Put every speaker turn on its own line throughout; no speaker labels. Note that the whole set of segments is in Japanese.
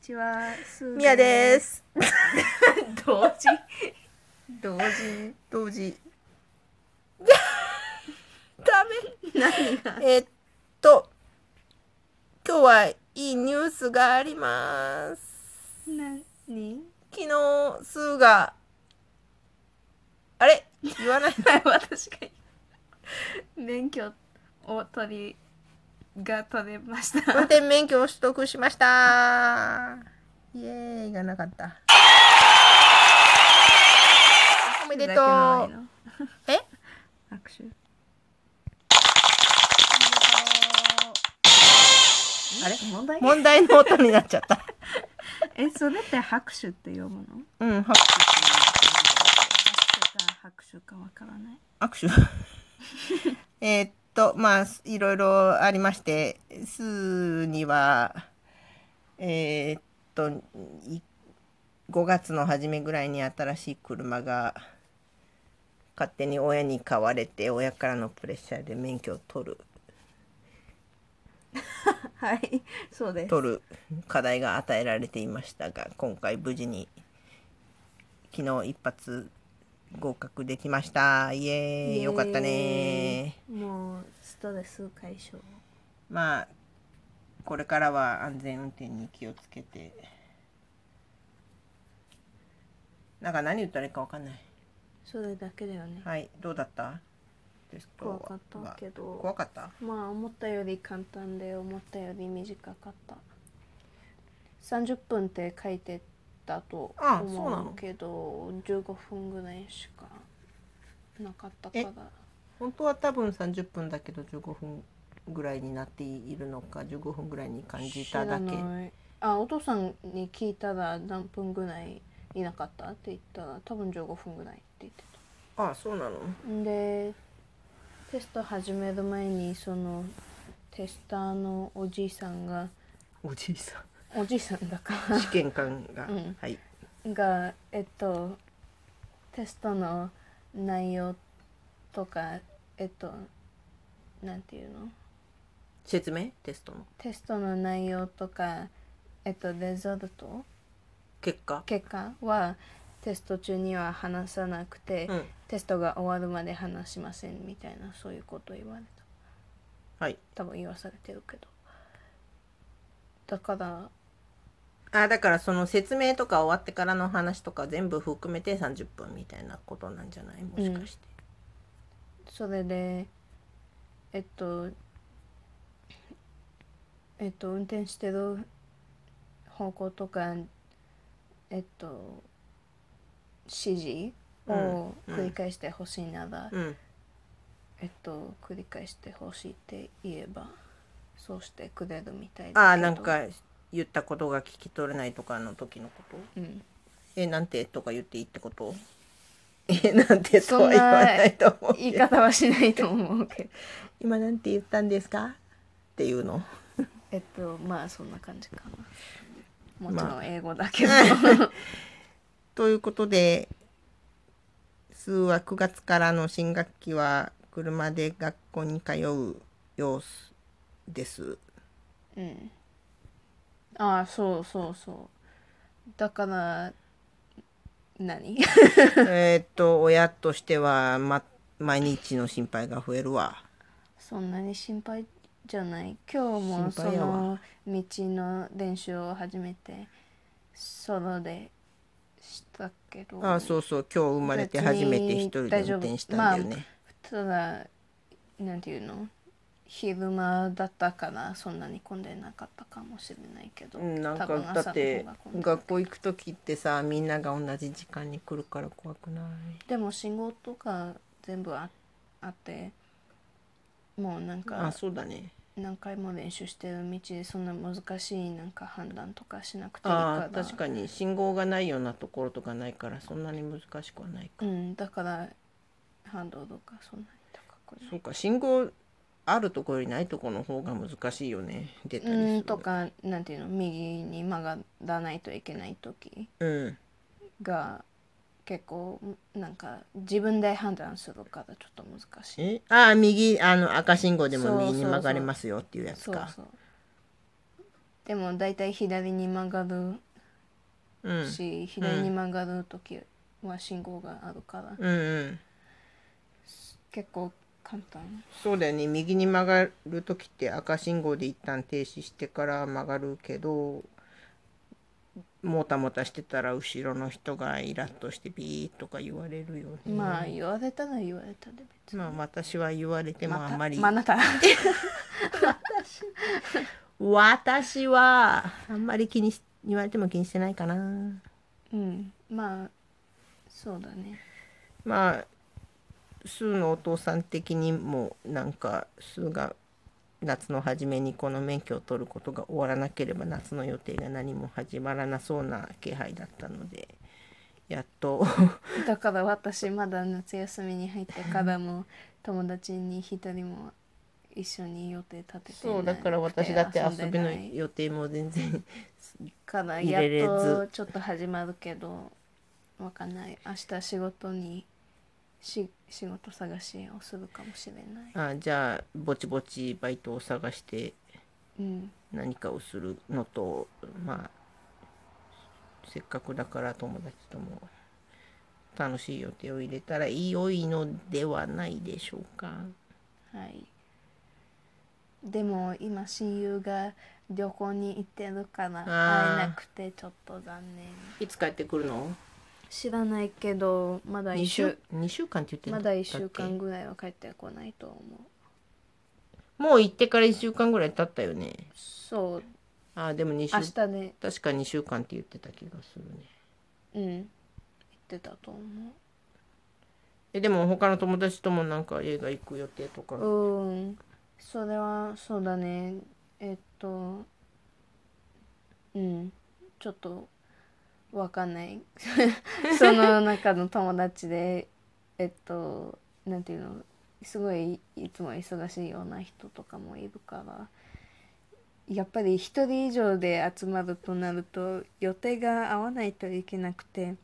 ちは、す。
みやですす。
同時。同時。
同時。
ダメ。何が。
えっと、今日はいいニュースがあります。
何。
昨日、スーが、あれ言わない
私が。免許。を取り。が取れました。
運転免許を取得しました。イエーイがなかった。おめでとう。
ふざけないの
え
握手。
あれ
問題。
問題の音になっちゃった。
え、それって拍手って読むの。
うん、は
拍手か拍手かわから ない。
握手えーっとまあいろいろありましてスーにはえーっとい5月の初めぐらいに新しい車が勝手に親に買われて親からのプレッシャーで免許を取る
はい。そうです。
取る課題が与えられていましたが今回無事に昨日一発合格できましたイエーイよかったねー。
もうストレス解消
まあこれからは安全運転に気をつけてなんか何言ったらいいかわかんない
それだけだよね
はいどうだったです
怖かったけど
怖かった
まあ思ったより簡単で思ったより短かった30分って書いてたと
あそうな
思
の
うけど15分ぐらいしかなかったか
え
ら
本当は多分30分だけど15分ぐらいになっているのか15分ぐらいに感じただけ
知らないあお父さんに聞いたら何分ぐらいいなかったって言ったら多分15分ぐらいって言ってた
ああそうなの
でテスト始める前にそのテスターのおじいさんが
おじいさ
おじいさんだか
ん試験官 が、
うん
はい
らがえっとテストの内容とかえっとなんていうの
説明テストの
テストの内容とかえっとレザルト
結果
結果はテスト中には話さなくて、
うん
テストが終わるまで話しませんみたいなそういうこと言われた。
はい
多分言わされてるけどだから
あだからその説明とか終わってからの話とか全部含めて30分みたいなことなんじゃないもしかして、
それでえっとえっと運転してる方向とかえっと指示を
うん
繰り返してほしいなら、
うん
えっと繰り返してほしいって言えばそうしてくれるみたい
ああ
けど
なん、か言ったことが聞き取れないとかの時のこと
うん、
えなんてとか言っていいって ことえなんてと
そ
は言
んな
わないと思う
言い方はしないと思うけど
今なんて言ったんですかっていうの
えっとまあそんな感じかなも
ま
ち
あ
ろん英語だけど、
ということで数は9月からの新学期は車で学校に通う様子です
うんああそうそうそうだから何
えーっと親としては、ま、毎日の心配が増えるわ
そんなに心配じゃない今日も
心
そ
配や
の
わ
道の練習を始めてソロでしたけど
あそうそう今日生まれて初めて一人で運転したんだよね、
ただなんていうの昼間だったからそんなに混んでなかったかもしれないけど、
うんなんか
多分朝の
だって
方が混んでた
学校行く時ってさみんなが同じ時間に来るから怖くない
でも信号とか全部ああってもうなん
あ
か
そうだね
何回も練習してる道でそんな難しいなんか判断とかしなくていい
あ
か
ー
ら
確かに信号がないようなところとかないからそんなに難しくはないか、
うん、だからハンドルとかそんなに高くな
そ
いう
か信号あるところよりないところの方が難しいよね出たりする
うんとかなんていうの右に曲がらないといけない時
うん
が結構なんか自分で判断するからちょっと難しい
えあー右あの赤信号で
そう
も右
そう
に
そう
曲がれますよっていうやつか
そうそうでも大体左に曲がる
うん
し、左に曲がる時は信号があるから、
うんうん
結構簡単
そうだよね右に曲がる時って赤信号で一旦停止してから曲がるけどもたもたしてたら後ろの人がイラッとしてビーとか言われるよね。
まあ言われたら言われたで別に
まあ私は言われてもあんまり、
まああなた
私はあんまり気にし言われても気にしてないかな。
うんまあそうだね
まあスーのお父さん的にもなんかスーが夏の初めにこの免許を取ることが終わらなければ夏の予定が何も始まらなそうな気配だったのでやっと
だから私まだ夏休みに入ってからも友達に一人も一緒に予定立ててい
そう
な
だ
くて
から私だって遊
ん
び
で
の
ない
予定も全然
から
入
や
れれず
っとちょっと始まるけどわかんない明日仕事にし仕事探しをするかもしれない
あじゃあぼちぼちバイトを探して
うん
何かをするのとまあせっかくだから友達とも楽しい予定を入れたら良いのではないでしょうか。
はいでも今親友が旅行に行ってるから
あー
会えなくてちょっと残念
いつ帰ってくるの
知らないけどまだ
2
一
週
週
二週間って言って
ま
ん
だ
っ
1
け
週間ぐらいは帰ってこないと思う
もう行ってから1週間ぐらい経ったよね
そう
あでも2
明
週
日で
確か2週間って言ってた気がするね
うん行ってたと思う
えでも他の友達ともなんか映画行く予定とか
うんそれはそうだねえっとうんちょっとわかんない その中の友達でえっとなんていうのすごいいつも忙しいような人とかもいるからやっぱり一人以上で集まるとなると予定が合わないといけなくて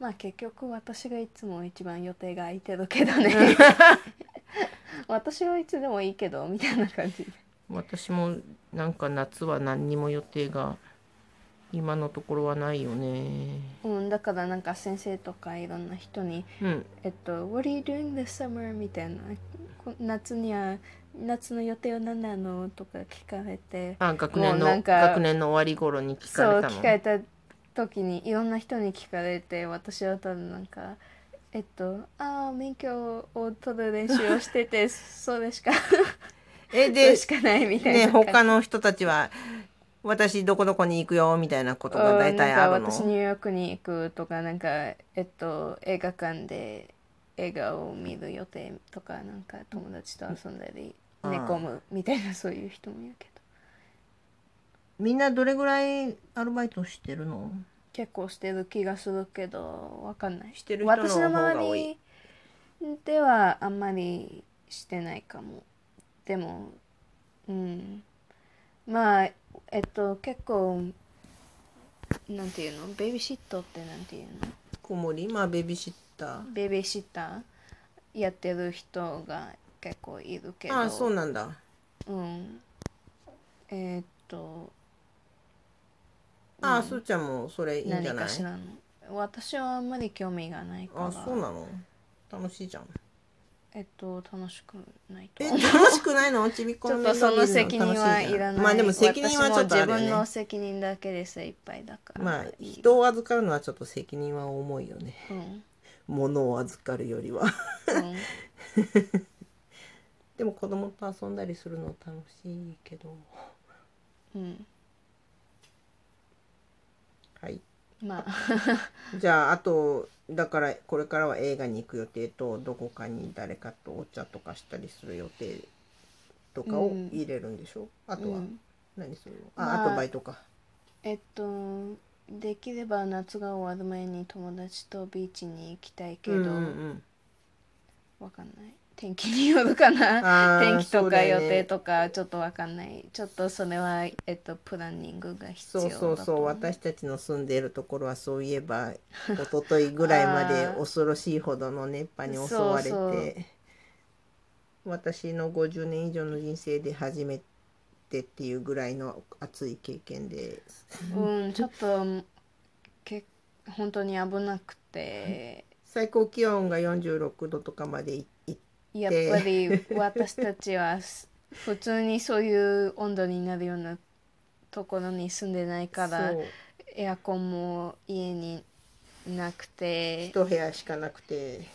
まあ結局私がいつも一番予定が空いてるけどね私はいつでもいいけどみたいな感じ
私もなんか夏は何にも予定が今のところはないよね
うん、だからなんか先生とかいろんな人に
うん
「えっと、What are you doing this summer?」みたいなこ夏には夏の予定は何なのとか聞かれて
あ学年
もう
の
なんか
学年の終わり頃に聞
そ
か
う
れたの
聞かれた時にいろんな人に聞かれて私はただなんか「えっとああ免許を取る練習をしてて それしか
え
それ
で
しかない」みたい
ね
な感じ。
他の人たちは私どこどこに行くよみたいなことが大体ある
うんなん
の
か私ニューヨークに行くとかなんかえっと映画館で映画を見る予定とかなんか友達と遊んだり
うん
寝込むみたいなそういう人もいるけど
みんなどれぐらいアルバイトしてるの
結構してる気がするけどわかんない
してる人の
私の
方が多
周
い
りではあんまりしてないかもでもうんまあえっと結構なんていうのベビーシットってなんていうの
子守まあベビーシッタ
ベビーシッターやってる人が結構いるけ
ー
ど
ああそうなんだ
うんえーっと
あ
う
あ
ん
すーちゃんもそれいいんじゃ
何
ない
かしらの私はあんまり興味がないから
あそうなの楽し いじゃん
えっと楽しくないと
え
思う
楽しくないのちびっこ
ちょっ
面
と
倒
そ
見る
の責任はいらない
楽しじゃんまあでも責任はちょっと
私も
あるよ
自分の
ね
責任だけで精一杯だから
まあ
いい
人を預かるのはちょっと責任は重いよね
うん、う
物を預かるよりは
ん、
でも子供と遊んだりするの楽しいけど
うん、
はい
まあ
じゃああとだからこれからは映画に行く予定とどこかに誰かとお茶とかしたりする予定とかを
うん
入れるんでしょ、あとは
うん
何するの、
ま
あ、
あ
あとバイトか
えっとできれば夏が終わる前に友達とビーチに行きたいけど、
うんうんうん
わかんない天気によるかな
あー
天気
そ
と
う
か
だ
予
よね
定とかちょっとわかんないちょっとそれはえっとプランニングが必要
そう
だと
そうそう私たちの住んでいるところはそうい えば一昨日ぐらいまで
あー
恐ろしいほどの熱波に襲われて
そうそう
私の50年以上の人生で初めってっていうぐらいの熱い経験です。
うんちょっとけ本当に危なくて
最高気温が46度とかまでいい
やっぱ り私たちはす普通にそういう温度になるようなところに住んでないから
そう
エアコンも家になくて
一部屋しかなくて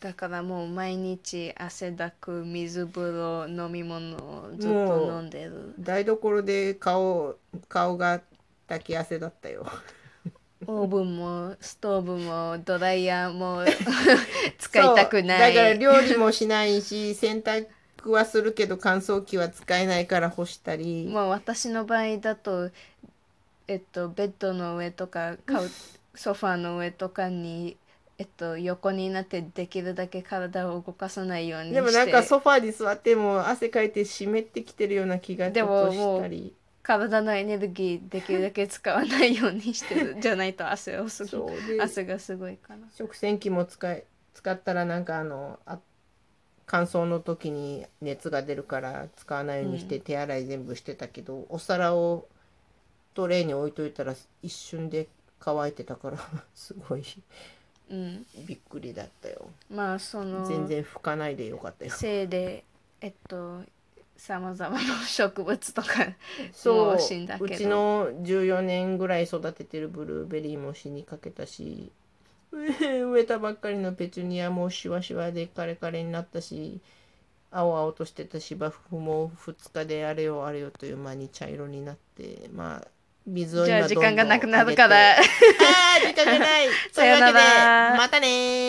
だからもう毎日汗だく水風呂飲み物をずっと飲んでる
台所で顔顔が炊き汗だったよ。
オーブンもストーブもドライヤー も使いたくな
そうだから
い
料理もしな いし洗濯はするけど乾燥機は使えないから干したり
まあ私の場合だとえっとベッドの上とかカウソファーの上とかにえっと横になってできるだけ体を動かさないようにして
でもなんかソファーに座っても汗かいて湿ってきてるような気がちょっと
でもも
し
う
たり
体のエネルギーできるだけ使わないようにして るじゃないと汗をす
そ
ご
う
い
で
汗がすごいから
食洗機も使え使ったらなんかあのあ乾燥の時に熱が出るから使わないようにして手洗い全部してたけど、お皿をトレーに置いといたら一瞬で乾いてたから すごい
うん
びっくりだったよ
まあその
全然拭かないでよかったよ
せいでえっとさまざまな植物とか
そ
も
う
う死んだけど
うちの14年ぐらい育ててるブルーベリーも死にかけたし 植えたばっかりのペチュニアもシワシワでカレカレになったし青々としてた芝生も2日であれよあれよという間に茶色になってまあ水を
じゃあ
今
時
どんどん
間がなくな
あげ
る
て
から。
あー時間がない
さよなら
というわけでまたねー